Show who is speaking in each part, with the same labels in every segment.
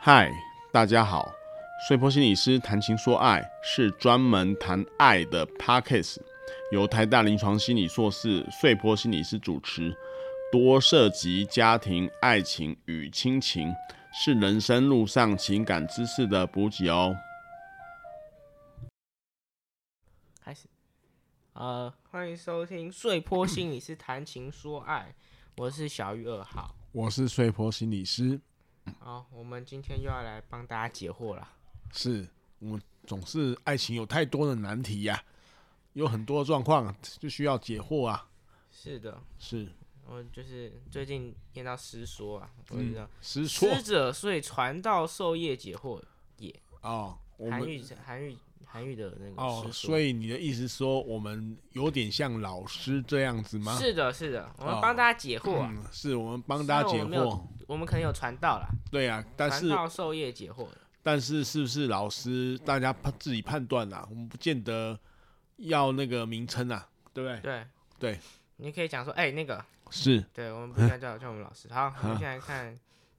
Speaker 1: 嗨，大家好，碎坡心理师谈情说爱是专门谈爱的 podcast，由台大临床心理硕士碎坡心理师主持，多涉及家庭、爱情与亲情，是人生路上情感知识的补给哦。
Speaker 2: 开始。呃，欢迎收听《碎坡心理是谈情说爱》，我是小玉二号。
Speaker 1: 我是碎坡心理师，
Speaker 2: 好，我们今天又要来帮大家解惑了。
Speaker 1: 是我们总是爱情有太多的难题呀、有很多状况就需要解惑啊。
Speaker 2: 是的，
Speaker 1: 是
Speaker 2: 我就是最近念到诗说啊，我觉得
Speaker 1: 实嗯说
Speaker 2: 师者遂传道授业解惑也。
Speaker 1: 哦，我
Speaker 2: 韩
Speaker 1: 们
Speaker 2: 愈，韩愈，韩愈的那
Speaker 1: 哦
Speaker 2: 个，诗说。
Speaker 1: 所以你的意思是说我们有点像老师这样子吗？
Speaker 2: 是的，是的，我们
Speaker 1: 哦
Speaker 2: 帮大家解惑啊，
Speaker 1: 嗯，是我们帮大家
Speaker 2: 虽
Speaker 1: 解
Speaker 2: 然我没有
Speaker 1: 惑，
Speaker 2: 我们可能有传道啦，
Speaker 1: 对啊，嗯但
Speaker 2: 传
Speaker 1: 是
Speaker 2: 道授业解惑的
Speaker 1: 但是是不是老师大家判自己判断啊啦、我们不见得要那个名称啊，对不对？
Speaker 2: 对
Speaker 1: 对，
Speaker 2: 你可以讲说，哎、那个，
Speaker 1: 是
Speaker 2: 对，我们不应该叫叫我们老师。好，我们现在看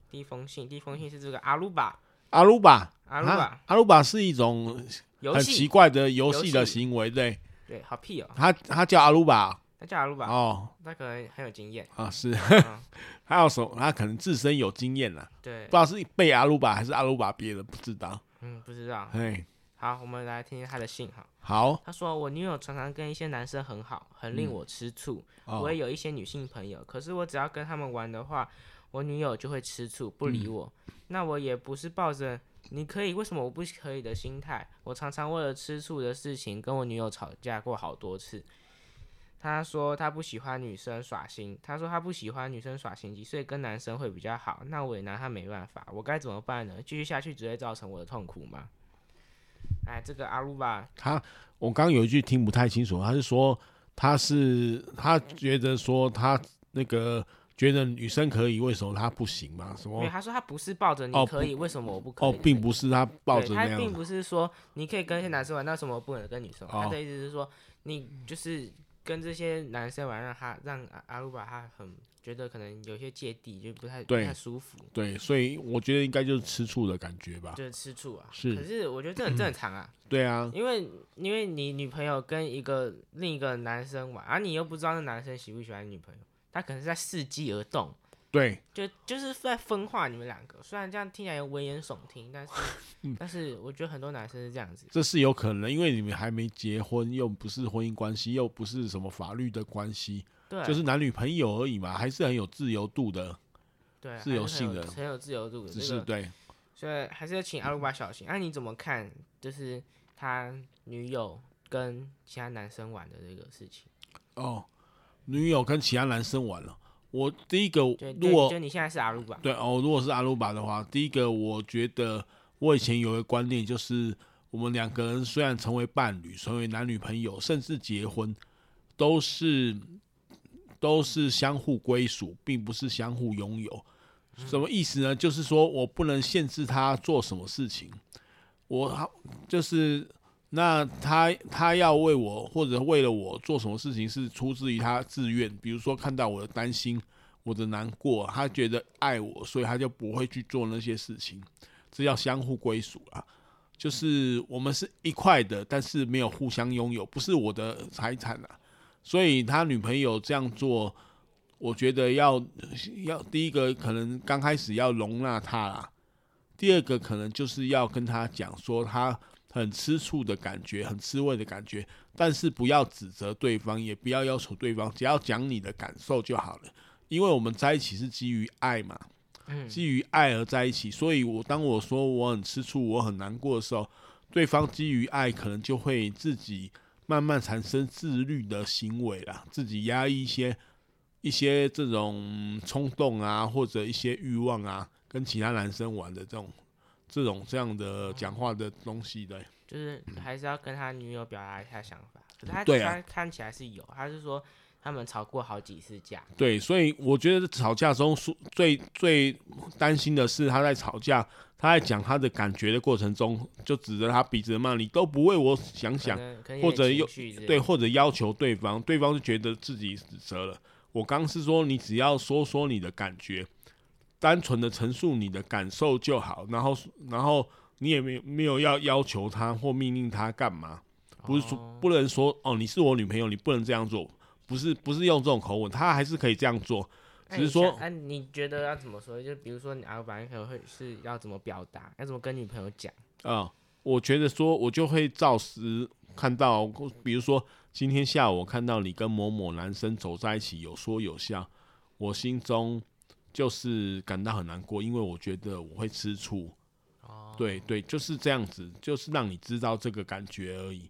Speaker 2: 第一封信。第一封信是这个阿鲁巴
Speaker 1: 阿鲁巴，
Speaker 2: 阿鲁巴
Speaker 1: 啊阿鲁巴是一种
Speaker 2: 游
Speaker 1: 很奇
Speaker 2: 戏，
Speaker 1: 怪的游
Speaker 2: 游
Speaker 1: 戏
Speaker 2: 戏
Speaker 1: 的行为，对，
Speaker 2: 对，好屁哦，
Speaker 1: 他他叫阿鲁巴
Speaker 2: 他叫阿鲁巴，
Speaker 1: 哦
Speaker 2: 他可能很有经验。
Speaker 1: 啊是
Speaker 2: 嗯，
Speaker 1: 还有什么？ 他可能自身有经验啦，
Speaker 2: 对
Speaker 1: 不知，道是被阿鲁巴还是阿鲁巴憋的，不知道。
Speaker 2: 嗯，不知道。
Speaker 1: 哎，
Speaker 2: 好，我们来听听他的信哈。
Speaker 1: 好，
Speaker 2: 他说：“我女友常常跟一些男生很好，很
Speaker 1: 嗯
Speaker 2: 令我吃醋。
Speaker 1: 哦
Speaker 2: 我也有一些女性朋友，可是我只要跟他们玩的话，我女友就会吃醋，不理我。
Speaker 1: 嗯
Speaker 2: 那我也不是抱着你可以，为什么我不可以的心态。我常常为了吃醋的事情跟我女友吵架过好多次。他说他不喜欢女生耍心，他说他不喜欢女生耍心机，所以跟男生会比较好。那我也拿他没办法，我该怎么办呢？继续下去只会造成我的痛苦吗？哎，这个阿鲁巴，
Speaker 1: 他，我刚刚有一句听不太清楚，他是说他是他觉得说他那个觉得女生可以，为什么他不行嘛？什
Speaker 2: 因为
Speaker 1: 么
Speaker 2: 他说他不是抱着
Speaker 1: 哦
Speaker 2: 你可以，为什么我不可以
Speaker 1: 哦，
Speaker 2: 的那
Speaker 1: 并
Speaker 2: 个
Speaker 1: 不是他抱
Speaker 2: 对
Speaker 1: 着
Speaker 2: 他
Speaker 1: 那
Speaker 2: 并
Speaker 1: 样，
Speaker 2: 不是说你可以跟一些男生玩，那为什么不能跟女生玩？
Speaker 1: 哦
Speaker 2: 他的意思是说，你就是跟这些男生玩，让他让阿阿鲁巴他很觉得可能有些芥蒂，就不太不
Speaker 1: 对
Speaker 2: 太舒服，
Speaker 1: 对，所以我觉得应该就是吃醋的感觉吧。
Speaker 2: 就是吃醋啊。
Speaker 1: 是
Speaker 2: 可是我觉得这很正常啊，
Speaker 1: 对啊，
Speaker 2: 因为因为你女朋友跟一个另一个男生玩，啊，你又不知道那男生喜不喜欢你女朋友，他可能是在伺机而动。
Speaker 1: 对，
Speaker 2: 就就是在分化你们两个，虽然这样听起来危言耸 听，但是、但是我觉得很多男生是这样子，
Speaker 1: 这是有可能，因为你们还没结婚，又不是婚姻关系，又不是什么法律的关系，
Speaker 2: 对，啊
Speaker 1: 就是男女朋友而已嘛，还是很有自由度的，
Speaker 2: 对，还
Speaker 1: 自由
Speaker 2: 是很
Speaker 1: 性的
Speaker 2: 很有自由度的。
Speaker 1: 只
Speaker 2: 这
Speaker 1: 是
Speaker 2: 个，
Speaker 1: 对
Speaker 2: 所以还是要请阿鲁巴小心。那、啊你怎么看？就是他女友跟其他男生玩的这个事情，
Speaker 1: 哦，女友跟其他男生玩了。我第一个，
Speaker 2: 就
Speaker 1: 如
Speaker 2: 就
Speaker 1: 果
Speaker 2: 就你现在是阿鲁巴，
Speaker 1: 对哦，如果是阿鲁巴的话，第一个我觉得我以前有个观念，就是我们两个人虽然成为伴侣、成为男女朋友，甚至结婚，都是都是相互归属，并不是相互拥有。什么意思呢？就是说我不能限制他做什么事情，我就是那他他要为我或者为了我做什么事情是出自于他自愿，比如说看到我的担心，我的难过，他觉得爱我，所以他就不会去做那些事情。这叫相互归属啊，就是我们是一块的，但是没有互相拥有，不是我的财产啊。所以他女朋友这样做，我觉得要要第一个可能刚开始要容纳他啦，第二个可能就是要跟他讲说他很吃醋的感觉，很吃味的感觉，但是不要指责对方，也不要要求对方，只要讲你的感受就好了。因为我们在一起是基于爱嘛，
Speaker 2: 嗯，
Speaker 1: 基于爱而在一起，所以我当我说我很吃醋、我很难过的时候，对方基于爱可能就会自己慢慢产生自律的行为啦，自己压抑一些一些这种冲动啊，或者一些欲望啊，跟其他男生玩的这种这种这样的讲话的东西的。
Speaker 2: 就是还是要跟他女友表达一下想法。可是他、
Speaker 1: 对啊
Speaker 2: 他看起来是有，他是说他们吵过好几次架，
Speaker 1: 对，所以我觉得吵架中输最最担心的是他在吵架，他在讲他的感觉的过程中，就指着他鼻子骂你都不为我想
Speaker 2: 可
Speaker 1: 想，
Speaker 2: 能可能
Speaker 1: 或者有
Speaker 2: 有点情绪之类
Speaker 1: 对，
Speaker 2: 的
Speaker 1: 或者要求对方，对方就觉得自己指责了。我刚是说你只要说说你的感觉，单纯的陈述你的感受就好，然后然后你也没有没有要要求他或命令他干嘛，不是说
Speaker 2: 哦
Speaker 1: 不能说哦你是我女朋友，你不能这样做，不是不是用这种口吻，他还是可以这样做，
Speaker 2: 那
Speaker 1: 只
Speaker 2: 你
Speaker 1: 是说
Speaker 2: 想那你觉得要怎么说？就比如说你啊，反正可能会是要怎么表达，要怎么跟女朋友讲？
Speaker 1: 啊、我觉得说我就会照实看到，比如说今天下午我看到你跟某某男生走在一起，有说有笑，我心中就是感到很难过，因为我觉得我会吃醋。
Speaker 2: 哦，
Speaker 1: 对对，就是这样子，就是让你知道这个感觉而已。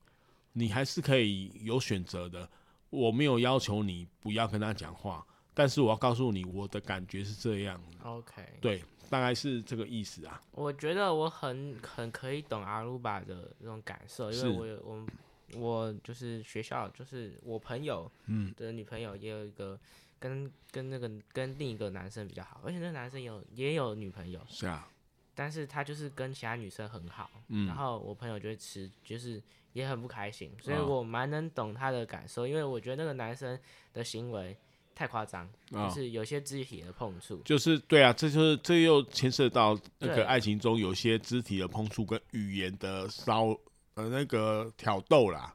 Speaker 1: 你还是可以有选择的，我没有要求你不要跟他讲话，但是我要告诉你我的感觉是这样的，
Speaker 2: ，OK，
Speaker 1: 对，大概是这个意思啊。
Speaker 2: 我觉得我很很可以懂阿鲁巴的那种感受，因
Speaker 1: 是
Speaker 2: 为我有我们我就是学校就是我朋友
Speaker 1: 嗯
Speaker 2: 的女朋友也有一个跟跟那个跟另一个男生比较好，而且那个男生有也有女朋友，
Speaker 1: 是啊，
Speaker 2: 但是他就是跟其他女生很好，
Speaker 1: 嗯
Speaker 2: 然后我朋友就会吃，就是也很不开心，所以
Speaker 1: 啊
Speaker 2: 我蛮能懂他的感受，因为我觉得那个男生的行为太夸张，
Speaker 1: 啊
Speaker 2: 就是有些肢体的碰触，
Speaker 1: 就是对啊，这就是这又牵涉到那
Speaker 2: 对
Speaker 1: 个爱情中有些肢体的碰触跟语言的骚呃那个挑逗啦，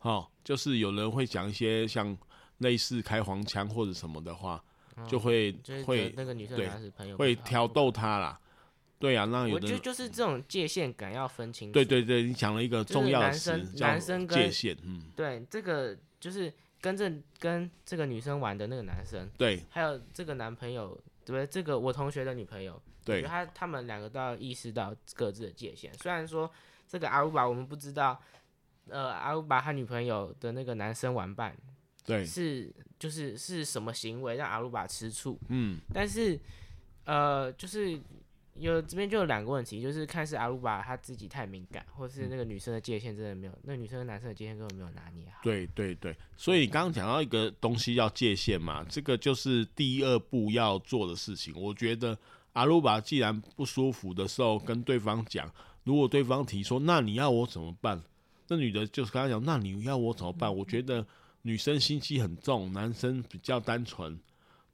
Speaker 1: 哦，就是有人会讲一些像类似开黄腔或者什么的话，就会
Speaker 2: 哦就是觉得
Speaker 1: 会
Speaker 2: 那个女生
Speaker 1: 对
Speaker 2: 男是朋友
Speaker 1: 会
Speaker 2: 不好
Speaker 1: 挑逗他啦。对啊，那有
Speaker 2: 我
Speaker 1: 的
Speaker 2: 觉得就是这种界限感要分清楚。
Speaker 1: 对对对，你讲了一个重要的
Speaker 2: 就是男
Speaker 1: 词
Speaker 2: 生，
Speaker 1: 叫
Speaker 2: 男生跟
Speaker 1: 界限。嗯，
Speaker 2: 对这个就是跟这跟这个女生玩的那个男生，
Speaker 1: 对
Speaker 2: 还有这个男朋友，对不对？这个我同学的女朋友，我觉
Speaker 1: 对
Speaker 2: 得他他们两个都要意识到各自的界限。虽然说这个阿鲁巴我们不知道，呃，阿鲁巴他女朋友的那个男生玩伴
Speaker 1: 对，
Speaker 2: 是就是是什么行为让阿鲁巴吃醋，
Speaker 1: 嗯，
Speaker 2: 但是呃，就是有这边就有两个问题，就是看是阿鲁巴他自己太敏感，或是那个女生的界限真的没有，那女生跟男生的界限根本没有拿捏好。
Speaker 1: 对对对，所以你刚刚讲到一个东西叫界限嘛，这个就是第二步要做的事情。我觉得阿鲁巴既然不舒服的时候跟对方讲，如果对方提说那你要我怎么办，那女的就是跟他讲那你要我怎么办？我觉得女生心机很重，男生比较单纯，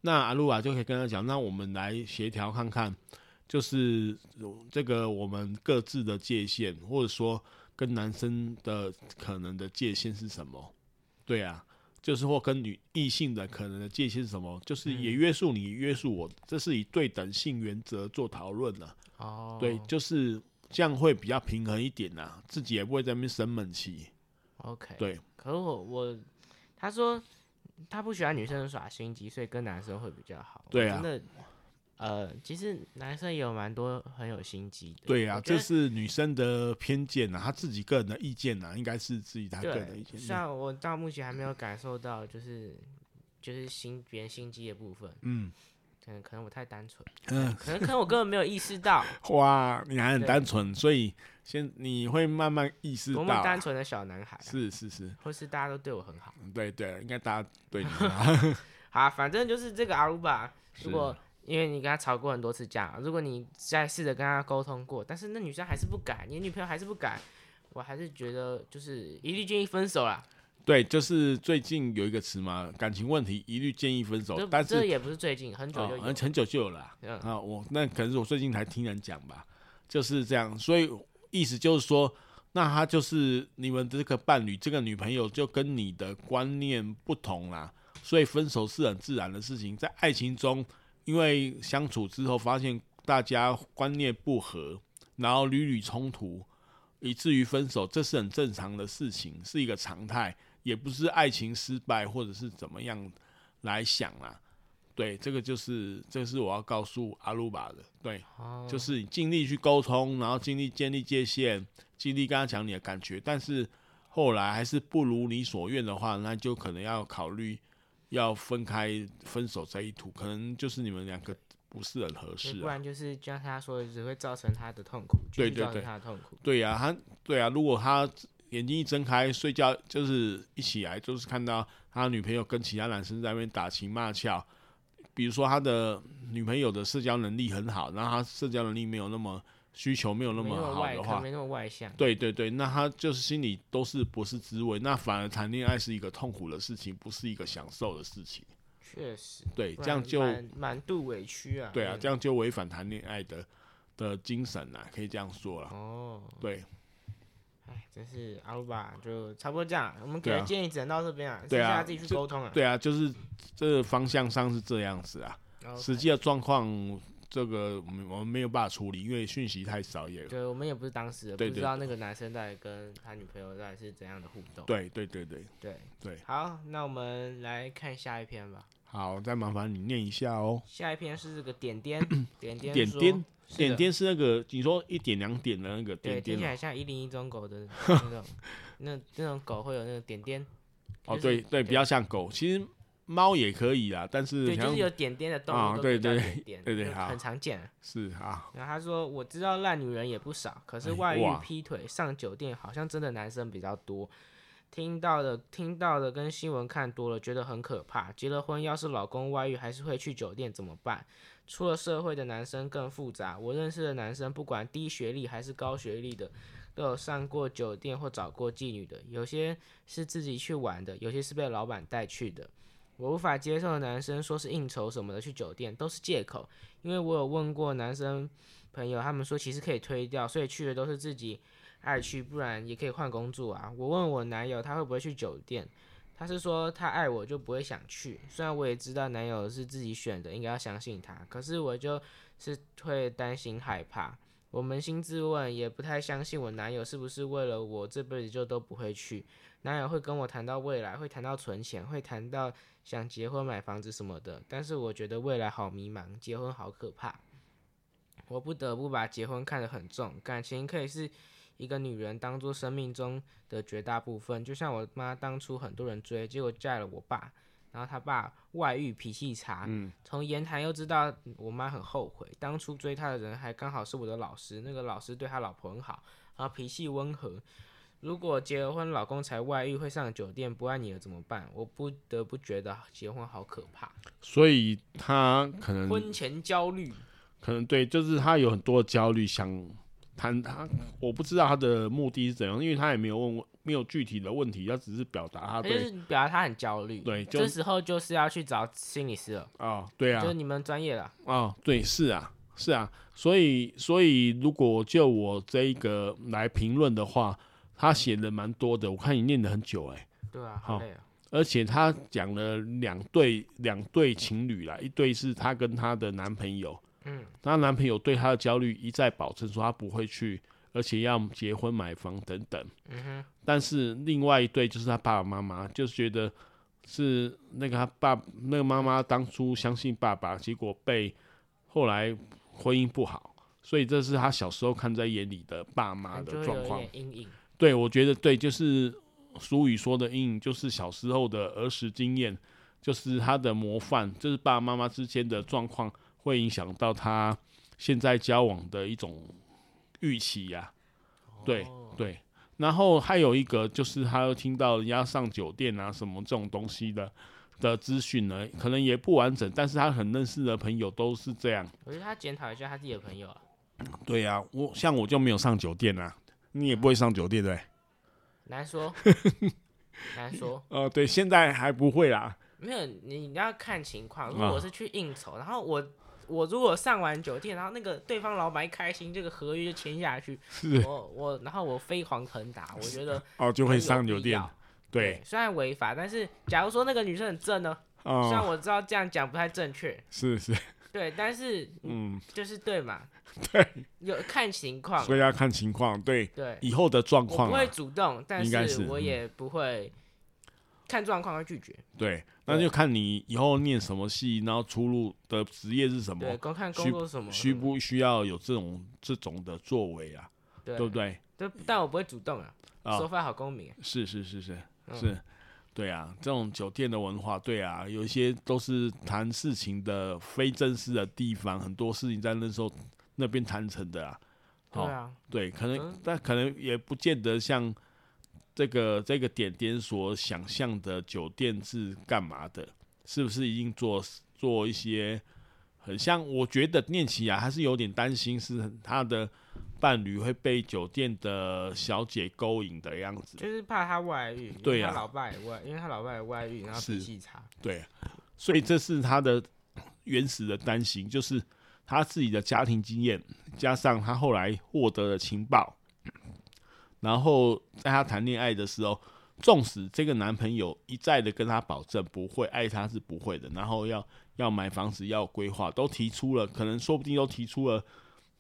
Speaker 1: 那阿鲁巴就可以跟他讲，那我们来协调看看，就是这个我们各自的界限，或者说。跟男生的可能的界限是什么？对啊，就是或跟女异性的可能的界限是什么？就是
Speaker 2: 嗯
Speaker 1: 也约束你，也约束我，这是以对等性原则做讨论了。
Speaker 2: 哦，
Speaker 1: 对，就是这样会比较平衡一点呐、自己也不会在那边生闷气。
Speaker 2: ，OK，
Speaker 1: 对，
Speaker 2: 可是我我他说他不喜欢女生耍心机，所以跟男生会比较好。我
Speaker 1: 对啊
Speaker 2: 真的，呃，其实男生也有蛮多很有心机的。
Speaker 1: 对
Speaker 2: 我
Speaker 1: 啊，
Speaker 2: 觉得
Speaker 1: 这是女生的偏见啊呐、她自己个人的意见呐、啊应该是自己她个人的意
Speaker 2: 对，
Speaker 1: 见。
Speaker 2: 虽然我到目前还没有感受到，就是就是心别人心机的部分，
Speaker 1: 嗯，
Speaker 2: 可能可能我太单纯，
Speaker 1: 嗯
Speaker 2: 可能可能我根本没有意 识到，
Speaker 1: 哇，你还很
Speaker 2: 对
Speaker 1: 单纯，所以先你会慢慢意识到
Speaker 2: 多
Speaker 1: 啊、
Speaker 2: 么单纯的小男孩啊、
Speaker 1: 是是是，
Speaker 2: 或是大家都对我很好。
Speaker 1: 对对，应该大家对 你很好
Speaker 2: 好啊，反正就是这个阿鲁巴，
Speaker 1: 是
Speaker 2: 如果因为你跟他吵过很多次架，如果你再试着跟他沟通过，但是那女生还是不改，你女朋友还是不改，我还是觉得就是一律建议分手啦。
Speaker 1: 对，就是最近有一个词嘛，感情问题一律建议分手
Speaker 2: 这，
Speaker 1: 哦但
Speaker 2: 这
Speaker 1: 是
Speaker 2: 也不是最近，很久就
Speaker 1: 哦
Speaker 2: 有。
Speaker 1: 很很久就有了啊
Speaker 2: 嗯
Speaker 1: 啊，我那可能是我最近才听人讲吧，就是这样，所以意思就是说，那他就是你们这个伴侣，这个女朋友就跟你的观念不同啦，所以分手是很自然的事情，在爱情中，因为相处之后发现大家观念不合，然后屡屡冲突，以至于分手，这是很正常的事情，是一个常态，也不是爱情失败或者是怎么样来想啦。对，这个就是这是我要告诉阿鲁巴的，对，
Speaker 2: 哦
Speaker 1: 就是你尽力去沟通，然后尽力建立界限，尽力跟他讲你的感觉，但是后来还是不如你所愿的话，那就可能要考虑要分开分手这一途，可能就是你们两个不是很合适、
Speaker 2: 不
Speaker 1: 啊。
Speaker 2: 然就是像他说的，只会造成他的痛苦，继
Speaker 1: 对
Speaker 2: 续
Speaker 1: 对
Speaker 2: 造成
Speaker 1: 对
Speaker 2: 他的痛苦。
Speaker 1: 对呀、他对啊，如果他眼睛一睁开睡觉，就是一起来就是看到他女朋友跟其他男生在那边打情骂俏。比如说他的女朋友的社交能力很好，然后他社交能力没有那么需求没有那
Speaker 2: 没
Speaker 1: 么
Speaker 2: 么
Speaker 1: 好
Speaker 2: 外，
Speaker 1: 的
Speaker 2: 可能
Speaker 1: 话，
Speaker 2: 没那么外向。
Speaker 1: 对对对，那他就是心里都是不是滋味，那反而谈恋爱是一个痛苦的事情，不是一个享受的事情。
Speaker 2: 确实，
Speaker 1: 对，
Speaker 2: 不
Speaker 1: 这样
Speaker 2: 然
Speaker 1: 就
Speaker 2: 蛮蛮度委屈啊。
Speaker 1: 对啊，
Speaker 2: 嗯
Speaker 1: 这样就违反谈恋爱的的精神啦，可以这样说啦。
Speaker 2: 哦，
Speaker 1: 对
Speaker 2: 哎，真是阿鲁巴就差不多这样，我们给
Speaker 1: 对啊
Speaker 2: 的建议只能到这边啊，剩
Speaker 1: 对啊
Speaker 2: 下自己去沟通啊。
Speaker 1: 对啊，就是这个方向上是这样子啊，
Speaker 2: 然后
Speaker 1: 实际的状况这个我们我们没有办法处理，因为讯息太少也。
Speaker 2: 对，我们也不是当事人，不
Speaker 1: 对
Speaker 2: 知
Speaker 1: 对
Speaker 2: 道那个男生到底跟他女朋友到底是怎样的互动。
Speaker 1: 对对对对
Speaker 2: 对
Speaker 1: 对，
Speaker 2: 好，那我们来看下一篇吧。
Speaker 1: 好，再麻烦你念一下哦。
Speaker 2: 下一篇是这个点点点点
Speaker 1: 点
Speaker 2: 说
Speaker 1: 点，
Speaker 2: 是
Speaker 1: 点
Speaker 2: 的
Speaker 1: 点是那个你说一点两点的那个
Speaker 2: 对，
Speaker 1: 点点
Speaker 2: 听起
Speaker 1: 哦
Speaker 2: 来像一零一中 狗的那种，那那种狗会有那个点点。
Speaker 1: 哦，
Speaker 2: 就是
Speaker 1: 对对，比
Speaker 2: 对
Speaker 1: 较像狗，其实猫也可以啦，但是
Speaker 2: 对，就
Speaker 1: 像
Speaker 2: 是有点点的动
Speaker 1: 啊
Speaker 2: 物都
Speaker 1: 对
Speaker 2: 比较
Speaker 1: 对
Speaker 2: 点点，
Speaker 1: 对对
Speaker 2: 就
Speaker 1: 好
Speaker 2: 很常见啊。
Speaker 1: 是啊，
Speaker 2: 然后他说：“我知道烂女人也不少，可是
Speaker 1: 哎
Speaker 2: 外遇
Speaker 1: 哇、
Speaker 2: 劈腿、上酒店，好像真的男生比较多。听到的、听到的跟新闻看多了，觉得很可怕。结了婚，要是老公外遇，还是会去酒店，怎么办？出了社会的男生更复杂。我认识的男生，不管低学历还是高学历的，都有上过酒店或找过妓女的。有些是自己去玩的，有些是被老板带去的。我无法接受的男生说是应酬什么的去酒店都是借口，因为我有问过男生朋友，他们说其实可以推掉，所以去的都是自己爱去，不然也可以换工作啊。我问我男友他会不会去酒店，他是说他爱我就不会想去。虽然我也知道男友是自己选的，应该要相信他，可是我就是会担心害怕。我扪心自问，也不太相信我男友是不是为了我这辈子就都不会去。男友会跟我谈到未来，会谈到存钱，会谈到想结婚、买房子什么的。但是我觉得未来好迷茫，结婚好可怕。我不得不把结婚看得很重，感情可以是一个女人当做生命中的绝大部分。就像我妈当初很多人追，结果嫁了我爸，然后他爸外遇，脾气差。从言谈又知道我妈很后悔，当初追她的人还刚好是我的老师，那个老师对他老婆很好，然后脾气温和。如果结了婚，老公才外遇，会上酒店不爱你了怎么办？我不得不觉得结婚好可怕，
Speaker 1: 所以他可能
Speaker 2: 婚前焦虑。
Speaker 1: 可能对，就是他有很多的焦虑，想谈他，我不知道他的目的是怎样，因为他也没有问我，没有具体的问题，他只是表达他
Speaker 2: 他就
Speaker 1: 啊对
Speaker 2: 是表达他很焦虑。
Speaker 1: 对就
Speaker 2: 这时候就是要去找心理师了，
Speaker 1: 啊，对啊
Speaker 2: 就是，你们专业的。
Speaker 1: 啊，对，是啊，是啊，所以所以如果就我这一个来评论的话，他写的蛮多的，我看你念的很久哎、
Speaker 2: 对啊，
Speaker 1: 好
Speaker 2: 好累啊。
Speaker 1: 而且他讲了两对两对情侣啦，一对是她跟她的男朋友，嗯，她男朋友对她的焦虑一再保证说他不会去，而且要结婚买房等等，嗯哼，但是另外一对就是她爸爸妈妈，就是觉得是那个她爸那个妈妈当初相信爸爸，结果被后来婚姻不好，所以这是她小时候看在眼里的爸妈
Speaker 2: 你
Speaker 1: 的
Speaker 2: 就会
Speaker 1: 状
Speaker 2: 有一
Speaker 1: 况，
Speaker 2: 点阴影。
Speaker 1: 对，我觉得对，就是俗语说的阴影，就是小时候的儿时经验，就是他的模范，就是爸爸妈妈之间的状况，会影响到他现在交往的一种预期呀、对
Speaker 2: 哦
Speaker 1: 对，然后还有一个就是他又听到人家上酒店啊什么这种东西的的资讯呢，可能也不完整，但是他很认识的朋友都是这样。
Speaker 2: 我觉得他检讨一下他自己的朋友啊。
Speaker 1: 对呀、我像我就没有上酒店啊，你也不会上酒店对不对？
Speaker 2: 难说， 难说，
Speaker 1: 呃，对，现在还不会啦。
Speaker 2: 没有你你要看情况。如果
Speaker 1: 啊
Speaker 2: 我是去应酬，然后我我如果上完酒店，然后那个对方老板一开心，这个合约就签下去，我我然后我飞黄腾达，我觉得
Speaker 1: 哦，就
Speaker 2: 很
Speaker 1: 会
Speaker 2: 有
Speaker 1: 上酒
Speaker 2: 必
Speaker 1: 店
Speaker 2: 要。
Speaker 1: 对，
Speaker 2: 虽然违法，但是假如说那个女生很正呢，虽然
Speaker 1: 哦，
Speaker 2: 我知道这样讲不太正确，
Speaker 1: 是是，
Speaker 2: 对，但是
Speaker 1: 嗯，
Speaker 2: 就是对嘛，
Speaker 1: 对，
Speaker 2: 有看情况，
Speaker 1: 所以要看情况，对
Speaker 2: 对，
Speaker 1: 以后的状
Speaker 2: 我
Speaker 1: 况
Speaker 2: 不
Speaker 1: 啊、
Speaker 2: 会主动，但
Speaker 1: 应该是
Speaker 2: 我
Speaker 1: 嗯
Speaker 2: 也不会看状况而拒绝。
Speaker 1: 对，那就看你以后念什么戏，然后出路的职业是什
Speaker 2: 对，
Speaker 1: 么，
Speaker 2: 光看工
Speaker 1: 需
Speaker 2: 作是什么
Speaker 1: 需
Speaker 2: 什么
Speaker 1: 不需要有这种这种的作为啊，
Speaker 2: 对
Speaker 1: 对不对？
Speaker 2: 对，但我不会主动啊，
Speaker 1: 啊、
Speaker 2: 收发好公民啊，
Speaker 1: 是是是是
Speaker 2: 嗯
Speaker 1: 是，对啊，这种酒店的文化，对啊，有一些都是谈事情的非正式的地方，很多事情在那时候那边谈成的啊，
Speaker 2: 对
Speaker 1: 好、
Speaker 2: 啊，
Speaker 1: 对，可
Speaker 2: 嗯
Speaker 1: 能但可能也不见得像这个这个点点所想象的酒店是干嘛的，是不是一定做做一些很像？我觉得念起来还是有点担心，是他的伴侣会被酒店的小姐勾引的样子。
Speaker 2: 就是怕他外遇，因为
Speaker 1: 对
Speaker 2: 他
Speaker 1: 啊
Speaker 2: 老爸也外，因为他老爸也外遇，然后脾
Speaker 1: 是
Speaker 2: 气差，
Speaker 1: 对，啊所以这是他的原始的担心，就是他自己的家庭经验，加上他后来获得的情报，然后在他谈恋爱的时候，纵使这个男朋友一再的跟他保证不会爱他是不会的，然后要要买房子要规划，都提出了，可能说不定都提出了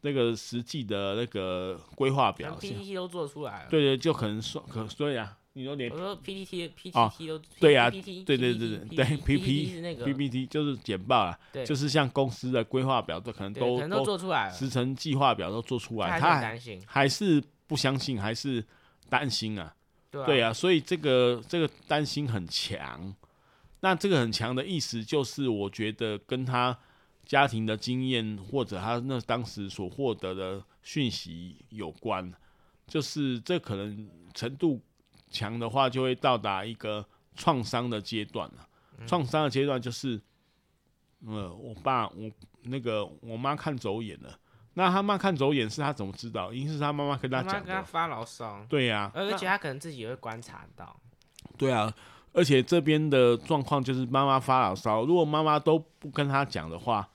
Speaker 1: 那个实际的那个规划
Speaker 2: 连
Speaker 1: 表，现。
Speaker 2: PPT 都做出来了。
Speaker 1: 对对，就可能说可对呀、你说连
Speaker 2: 我说 PPT
Speaker 1: 哦
Speaker 2: PPT 都
Speaker 1: 对呀
Speaker 2: PPT
Speaker 1: 对对对对对
Speaker 2: PPT 是那个
Speaker 1: PPT 就是简报啦，
Speaker 2: 对
Speaker 1: 就是像公司的规划表，都可能
Speaker 2: 对
Speaker 1: 都
Speaker 2: 可能都
Speaker 1: 都
Speaker 2: 做出来了，
Speaker 1: 时程计划表都做出
Speaker 2: 他
Speaker 1: 来，
Speaker 2: 还
Speaker 1: 他
Speaker 2: 很
Speaker 1: 还
Speaker 2: 担心，
Speaker 1: 还是不相信，还是担心啊，
Speaker 2: 对
Speaker 1: 对
Speaker 2: 啊，
Speaker 1: 啊，所以这个这个担心很强。那这个很强的意思就是，我觉得跟他家庭的经验或者他那当时所获得的讯息有关，就是这可能程度强的话，就会到达一个创伤的阶段了。
Speaker 2: 嗯
Speaker 1: 创伤的阶段就是，呃，我爸我那个我妈看走眼了。那他妈看走眼是他怎么知道？一定是他妈妈跟他
Speaker 2: 他妈
Speaker 1: 讲
Speaker 2: 跟他
Speaker 1: 的。
Speaker 2: 发牢骚，
Speaker 1: 对啊呀、
Speaker 2: 而
Speaker 1: 那
Speaker 2: 且他可能自己也会观察到，
Speaker 1: 对啊，而且这边的状况就是妈妈发牢骚，如果妈妈都不跟她讲的话，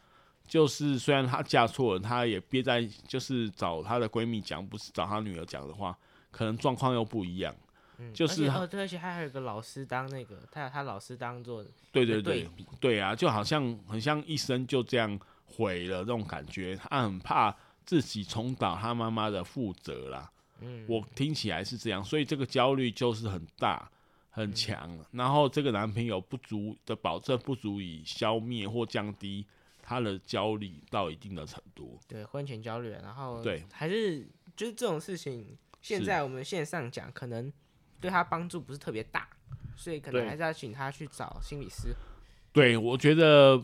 Speaker 1: 就是虽然她嫁错了，她也憋在，就是找她的闺蜜讲，不是找她女儿讲的话，可能状况又不一样。
Speaker 2: 嗯
Speaker 1: 就
Speaker 2: 而
Speaker 1: 是
Speaker 2: 且
Speaker 1: 他
Speaker 2: 哦对，而且他还有一个老师当那个，他有他老师当做
Speaker 1: 对对
Speaker 2: 对
Speaker 1: 对，
Speaker 2: 比，
Speaker 1: 对啊，就好像很像一生就这样毁了那种感觉，他很怕自己重蹈他妈妈的覆辙啦。
Speaker 2: 嗯，
Speaker 1: 我听起来是这样，所以这个焦虑就是很大很强，然后这个男朋友不足的保证不足以消灭或降低他的焦虑到一定的程度。
Speaker 2: 对婚前焦虑，然后
Speaker 1: 对，
Speaker 2: 还是就是这种事情，现
Speaker 1: 是
Speaker 2: 在我们线上讲，可能对他帮助不是特别大，所以可能
Speaker 1: 对
Speaker 2: 还是要请他去找心理师。
Speaker 1: 对，我觉得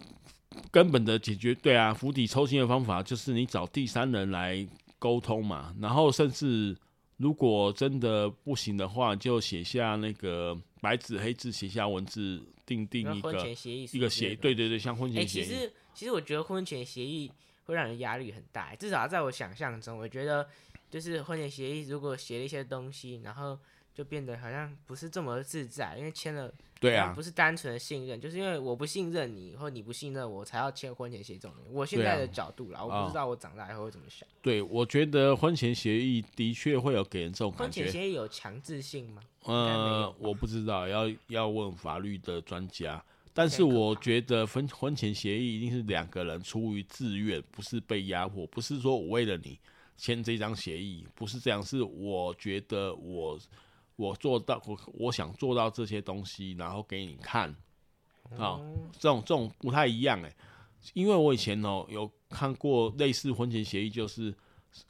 Speaker 1: 根本的解决对啊，釜底抽薪的方法就是你找第三人来沟通嘛，然后甚至如果真的不行的话，就写下那个白纸黑字写下文字，定定
Speaker 2: 然
Speaker 1: 一
Speaker 2: 后婚
Speaker 1: 个
Speaker 2: 前协议书
Speaker 1: 一个
Speaker 2: 之类
Speaker 1: 协
Speaker 2: 的
Speaker 1: 对对对，像婚
Speaker 2: 哎、
Speaker 1: 前协
Speaker 2: 其
Speaker 1: 议。
Speaker 2: 实其实我觉得婚前协议会让人压力很大、至少在我想象中，我觉得就是婚前协议如果写了一些东西，然后就变得好像不是这么自在，因为签了
Speaker 1: 对
Speaker 2: 好像
Speaker 1: 啊，
Speaker 2: 不是单纯的信任，就是因为我不信任你，或你不信任我，才要签婚前协议这种东西。我现
Speaker 1: 对啊
Speaker 2: 在的角度啦，我不
Speaker 1: 哦
Speaker 2: 知道我长大以后会怎么想。
Speaker 1: 对，我觉得婚前协议的确会有给人这种
Speaker 2: 婚
Speaker 1: 感
Speaker 2: 前
Speaker 1: 觉。
Speaker 2: 协议有强制性吗？应该没有
Speaker 1: 呃
Speaker 2: 吧，
Speaker 1: 我不知道，要要问法律的专家。但是
Speaker 2: 太可怕
Speaker 1: 我觉得婚婚前协议一定是两个人出于自愿，不是被压迫，不是说我为了你签这张协议，不是这样，是我觉得我我做到我我想做到这些东西，然后给你看，
Speaker 2: 嗯
Speaker 1: 啊、这种这种不太一样哎、因为我以前哦、有看过类似婚前协议，就是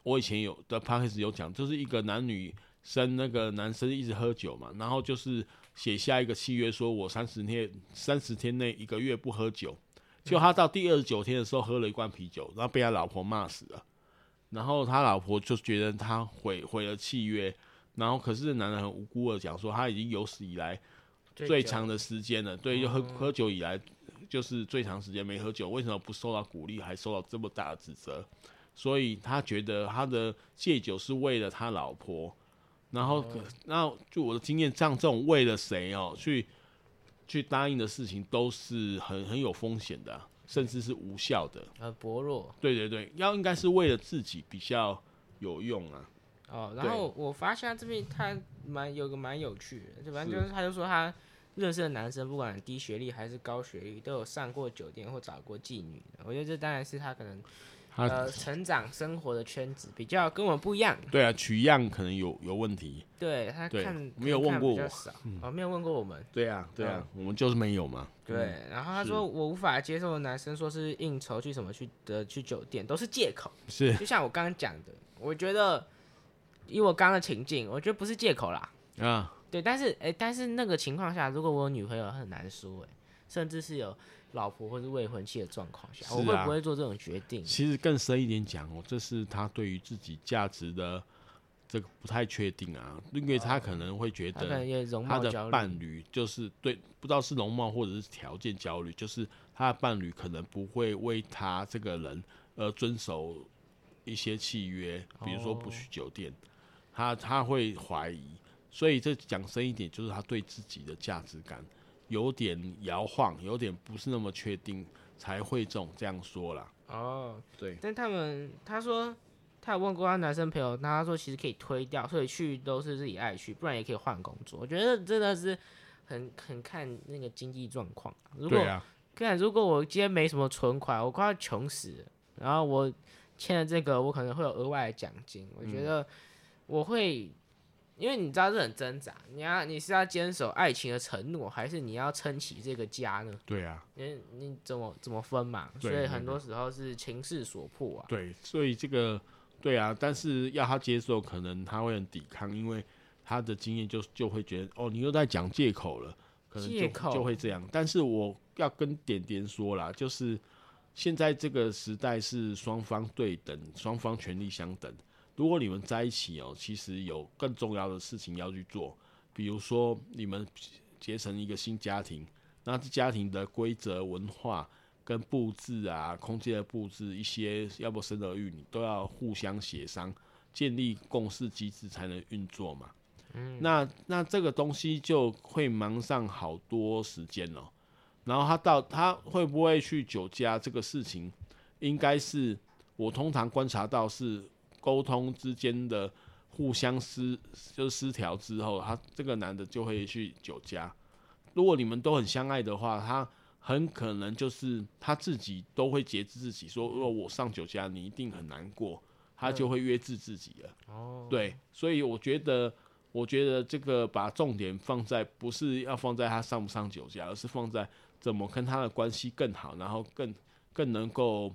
Speaker 1: 我以前有的 p a c k a g e 有讲，就是一个男女生那个男生一直喝酒嘛，然后就是写下一个契约，说我三十天三十天内一个月不喝酒，就他到第二十九天的时候喝了一罐啤酒，然后被他老婆骂死了，然后他老婆就觉得他毁毁了契约，然后可是男人很无辜的讲说他已经有史以来最
Speaker 2: 久
Speaker 1: 长的时间了，对，就喝喝酒以来就是最长时间没喝酒，为什么不受到鼓励，还受到这么大的指责？所以他觉得他的戒酒是为了他老婆，然后可，那就我的经验，像这种为了谁哦去去答应的事情，都是很很有风险的啊、甚至是无效的。
Speaker 2: 很薄弱
Speaker 1: 对对对，要应该是为了自己比较有用啊。
Speaker 2: 哦。
Speaker 1: 对
Speaker 2: 然后我发现他这边他蛮有个蛮有趣的，就反正
Speaker 1: 是
Speaker 2: 就是他就说他认识的男生，不管低学历还是高学历，都有上过酒店或找过妓女的。我觉得这当然是他可能
Speaker 1: 他、
Speaker 2: 呃成长生活的圈子比较跟我们不一样，
Speaker 1: 对啊，取样可能有有问题。
Speaker 2: 对他
Speaker 1: 对
Speaker 2: 看
Speaker 1: 没有问
Speaker 2: 看
Speaker 1: 过
Speaker 2: 比较
Speaker 1: 我嗯
Speaker 2: 少，哦没有问过我们。
Speaker 1: 对啊，对啊，我们就是没有嘛。嗯
Speaker 2: 对，然后他说我无法接受男生说是应酬去什么去的去酒店都是借口，
Speaker 1: 是
Speaker 2: 就像我刚刚讲的，我觉得以我刚刚的情境，我觉得不是借口啦。
Speaker 1: 啊，
Speaker 2: 对，但是哎、但是那个情况下，如果我有女朋友很难说哎、甚至是有老婆或是未婚妻的状况下，我
Speaker 1: 是
Speaker 2: 会
Speaker 1: 啊
Speaker 2: 不会做这种决定？
Speaker 1: 其实更深一点讲哦，这是他对于自己价值的这个不太确定啊，因为他可能会觉
Speaker 2: 他可能
Speaker 1: 得
Speaker 2: 也容
Speaker 1: 他
Speaker 2: 貌焦
Speaker 1: 的
Speaker 2: 虑，
Speaker 1: 伴侣就是对，不知道是容貌或者是条件焦虑，就是他的伴侣可能不会为他这个人而遵守一些契约，比如说不
Speaker 2: 哦
Speaker 1: 去酒店，他他会怀疑，所以这讲深一点，就是他对自己的价值感有点摇晃，有点不是那么确定，才会中这样说啦。
Speaker 2: 哦，
Speaker 1: 对，
Speaker 2: 但他们他说他有问过他男生朋友，他说其实可以推掉，所以去都是自己爱去，不然也可以换工作。我觉得真的是很很看那个经济状况。如果
Speaker 1: 对啊，
Speaker 2: 看，如果我今天没什么存款，我快要穷死了，然后我签了这个，我可能会有额外的奖金。我
Speaker 1: 嗯
Speaker 2: 觉得我会，因为你知道这很挣扎，你要你是要坚守爱情的承诺，还是你要撑起这个家呢？
Speaker 1: 对啊，
Speaker 2: 你你怎么怎么分嘛？所
Speaker 1: 对
Speaker 2: 以
Speaker 1: 对
Speaker 2: 很
Speaker 1: 对
Speaker 2: 多时候是情势所迫啊。
Speaker 1: 对，所以这个对啊，但是要他接受，可能他会很抵抗，因为他的经验就就会觉得，哦，你又在讲借口了，可能
Speaker 2: 借
Speaker 1: 就
Speaker 2: 口
Speaker 1: 就会这样。但是我要跟点点说啦，就是现在这个时代是双方对等，双方权力相等。如果你们在一起哦，其实有更重要的事情要去做，比如说你们结成一个新家庭，那这家庭的规则、文化跟布置啊，空间的布置，一些要不生儿育女都要互相协商，建立共识机制才能运作嘛。嗯，那那这个东西就会忙上好多时间哦。然后他到他会不会去酒家这个事情，应该是我通常观察到是沟通之间的互相失就是失调之后，他这个男的就会去酒家。如果你们都很相爱的话，他很可能就是他自己都会节制自己，说如果我上酒家，你一定很难过，他就会约制自己了。
Speaker 2: 嗯哦，
Speaker 1: 对，所以我觉得，我觉得这个把重点放在不是要放在他上不上酒驾，而是放在怎么跟他的关系更好，然后更更能够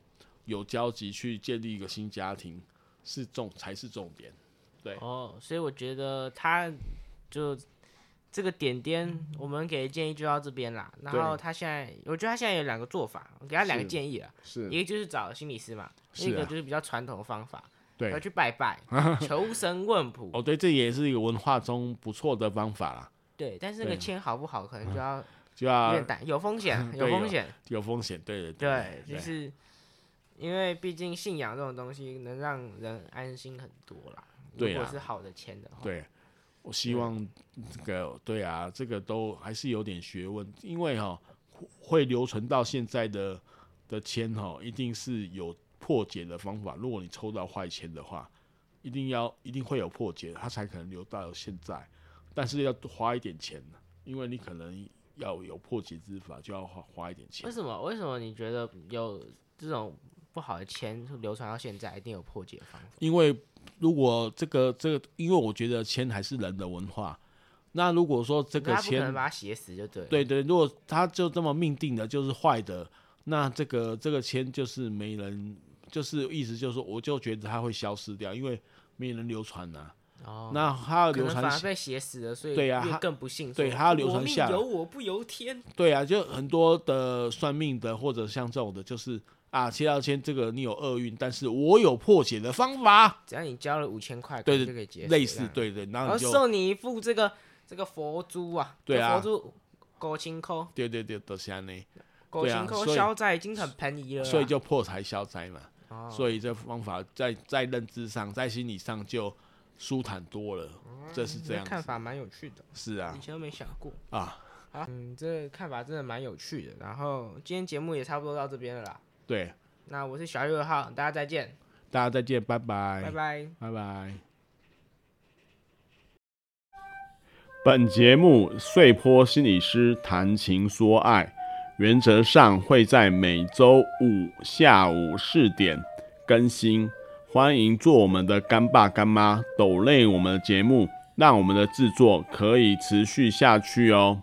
Speaker 1: 有交集去建立一个新家庭，是重才是重点。
Speaker 2: 哦，所以我觉得他就这个点点，我们给的建议就到这边啦。然
Speaker 1: 嗯对
Speaker 2: 后他现在，我觉得他现在有两个做法，我给他两个
Speaker 1: 是
Speaker 2: 建议啊。
Speaker 1: 是
Speaker 2: 一个就是找心理师嘛，
Speaker 1: 是
Speaker 2: 另一个
Speaker 1: 啊
Speaker 2: 就是比较传统的方法，要
Speaker 1: 对，
Speaker 2: 去拜 拜，求神问卜。
Speaker 1: 哦对，这也是一个文化中不错的方法啦，
Speaker 2: 对，但是那个
Speaker 1: 对
Speaker 2: 签好不好，可能就要
Speaker 1: 就
Speaker 2: 有
Speaker 1: 要
Speaker 2: 点胆，有风险，有
Speaker 1: 对
Speaker 2: 风
Speaker 1: 有
Speaker 2: 险。
Speaker 1: 有风险，对对
Speaker 2: 对，就
Speaker 1: 对，
Speaker 2: 是因为毕竟信仰这种东西能让人安心很多啦。
Speaker 1: 对
Speaker 2: 如果
Speaker 1: 啊
Speaker 2: 是好的签的话，
Speaker 1: 对，我希望这个对啊，这个都还是有点学问，因为哈、会留存到现在的的签哈、一定是有破解的方法。如果你抽到坏签的话，一定要一定会有破解，它才可能留到现在。但是要多花一点钱，因为你可能要有破解之法，就要花花一点钱
Speaker 2: 为。什么？为什么你觉得有这种不好的签流传到现在，一定有破解的方法？
Speaker 1: 因为如果这个这个，因为我觉得签还是人的文化。那如果说这个
Speaker 2: 他不可
Speaker 1: 签
Speaker 2: 能把它写死就对了。
Speaker 1: 对对，如果他就这么命定的，就是坏的，那这个这个签就是没人，就是意思就是说，我就觉得它会消失掉，因为没人流传呐、
Speaker 2: 哦，
Speaker 1: 那它要
Speaker 2: 可
Speaker 1: 流
Speaker 2: 能反
Speaker 1: 传
Speaker 2: 而
Speaker 1: 下，
Speaker 2: 被写死了，所以
Speaker 1: 对啊
Speaker 2: 越
Speaker 1: 他
Speaker 2: 更不信。
Speaker 1: 对
Speaker 2: 说
Speaker 1: 他流
Speaker 2: 我
Speaker 1: 传
Speaker 2: 命
Speaker 1: 下来
Speaker 2: 由我不由天。
Speaker 1: 对啊，就很多的算命的或者像这种的，就是啊，七道签这个你有厄运，但是我有破解的方法，
Speaker 2: 只要你交了五千块，
Speaker 1: 对
Speaker 2: 可
Speaker 1: 对
Speaker 2: 能就可以解
Speaker 1: 类
Speaker 2: 锁这
Speaker 1: 似
Speaker 2: 样，
Speaker 1: 对对，然后
Speaker 2: 然后
Speaker 1: 你就
Speaker 2: 送你一副这个这个佛珠啊，
Speaker 1: 对
Speaker 2: 这
Speaker 1: 啊
Speaker 2: 佛珠狗清扣，
Speaker 1: 对对对都是安内，
Speaker 2: 狗
Speaker 1: 对啊
Speaker 2: 清扣
Speaker 1: 所以
Speaker 2: 消灾已经很便宜了啊，
Speaker 1: 所以就破财消灾嘛。
Speaker 2: 哦
Speaker 1: 所以这方法在在认知上，在心理上就舒坦多了，这是
Speaker 2: 你
Speaker 1: 这样
Speaker 2: 哦看
Speaker 1: 子。
Speaker 2: 法蛮有趣的，
Speaker 1: 是啊
Speaker 2: 以，前都没想过。
Speaker 1: 啊，
Speaker 2: 好，嗯，这个看法真的蛮有趣的。然后今天节目也差不多到这边了啦。
Speaker 1: 对，
Speaker 2: 那我是小六号，大家再见，
Speaker 1: 大家再见，拜拜，
Speaker 2: 拜拜。
Speaker 1: 拜拜。
Speaker 3: 本节目《碎坡心理师谈情说爱》，原则上会在每周五下午四点更新，欢迎做我们的干爸干妈，抖累我们的节目，让我们的制作可以持续下去哦。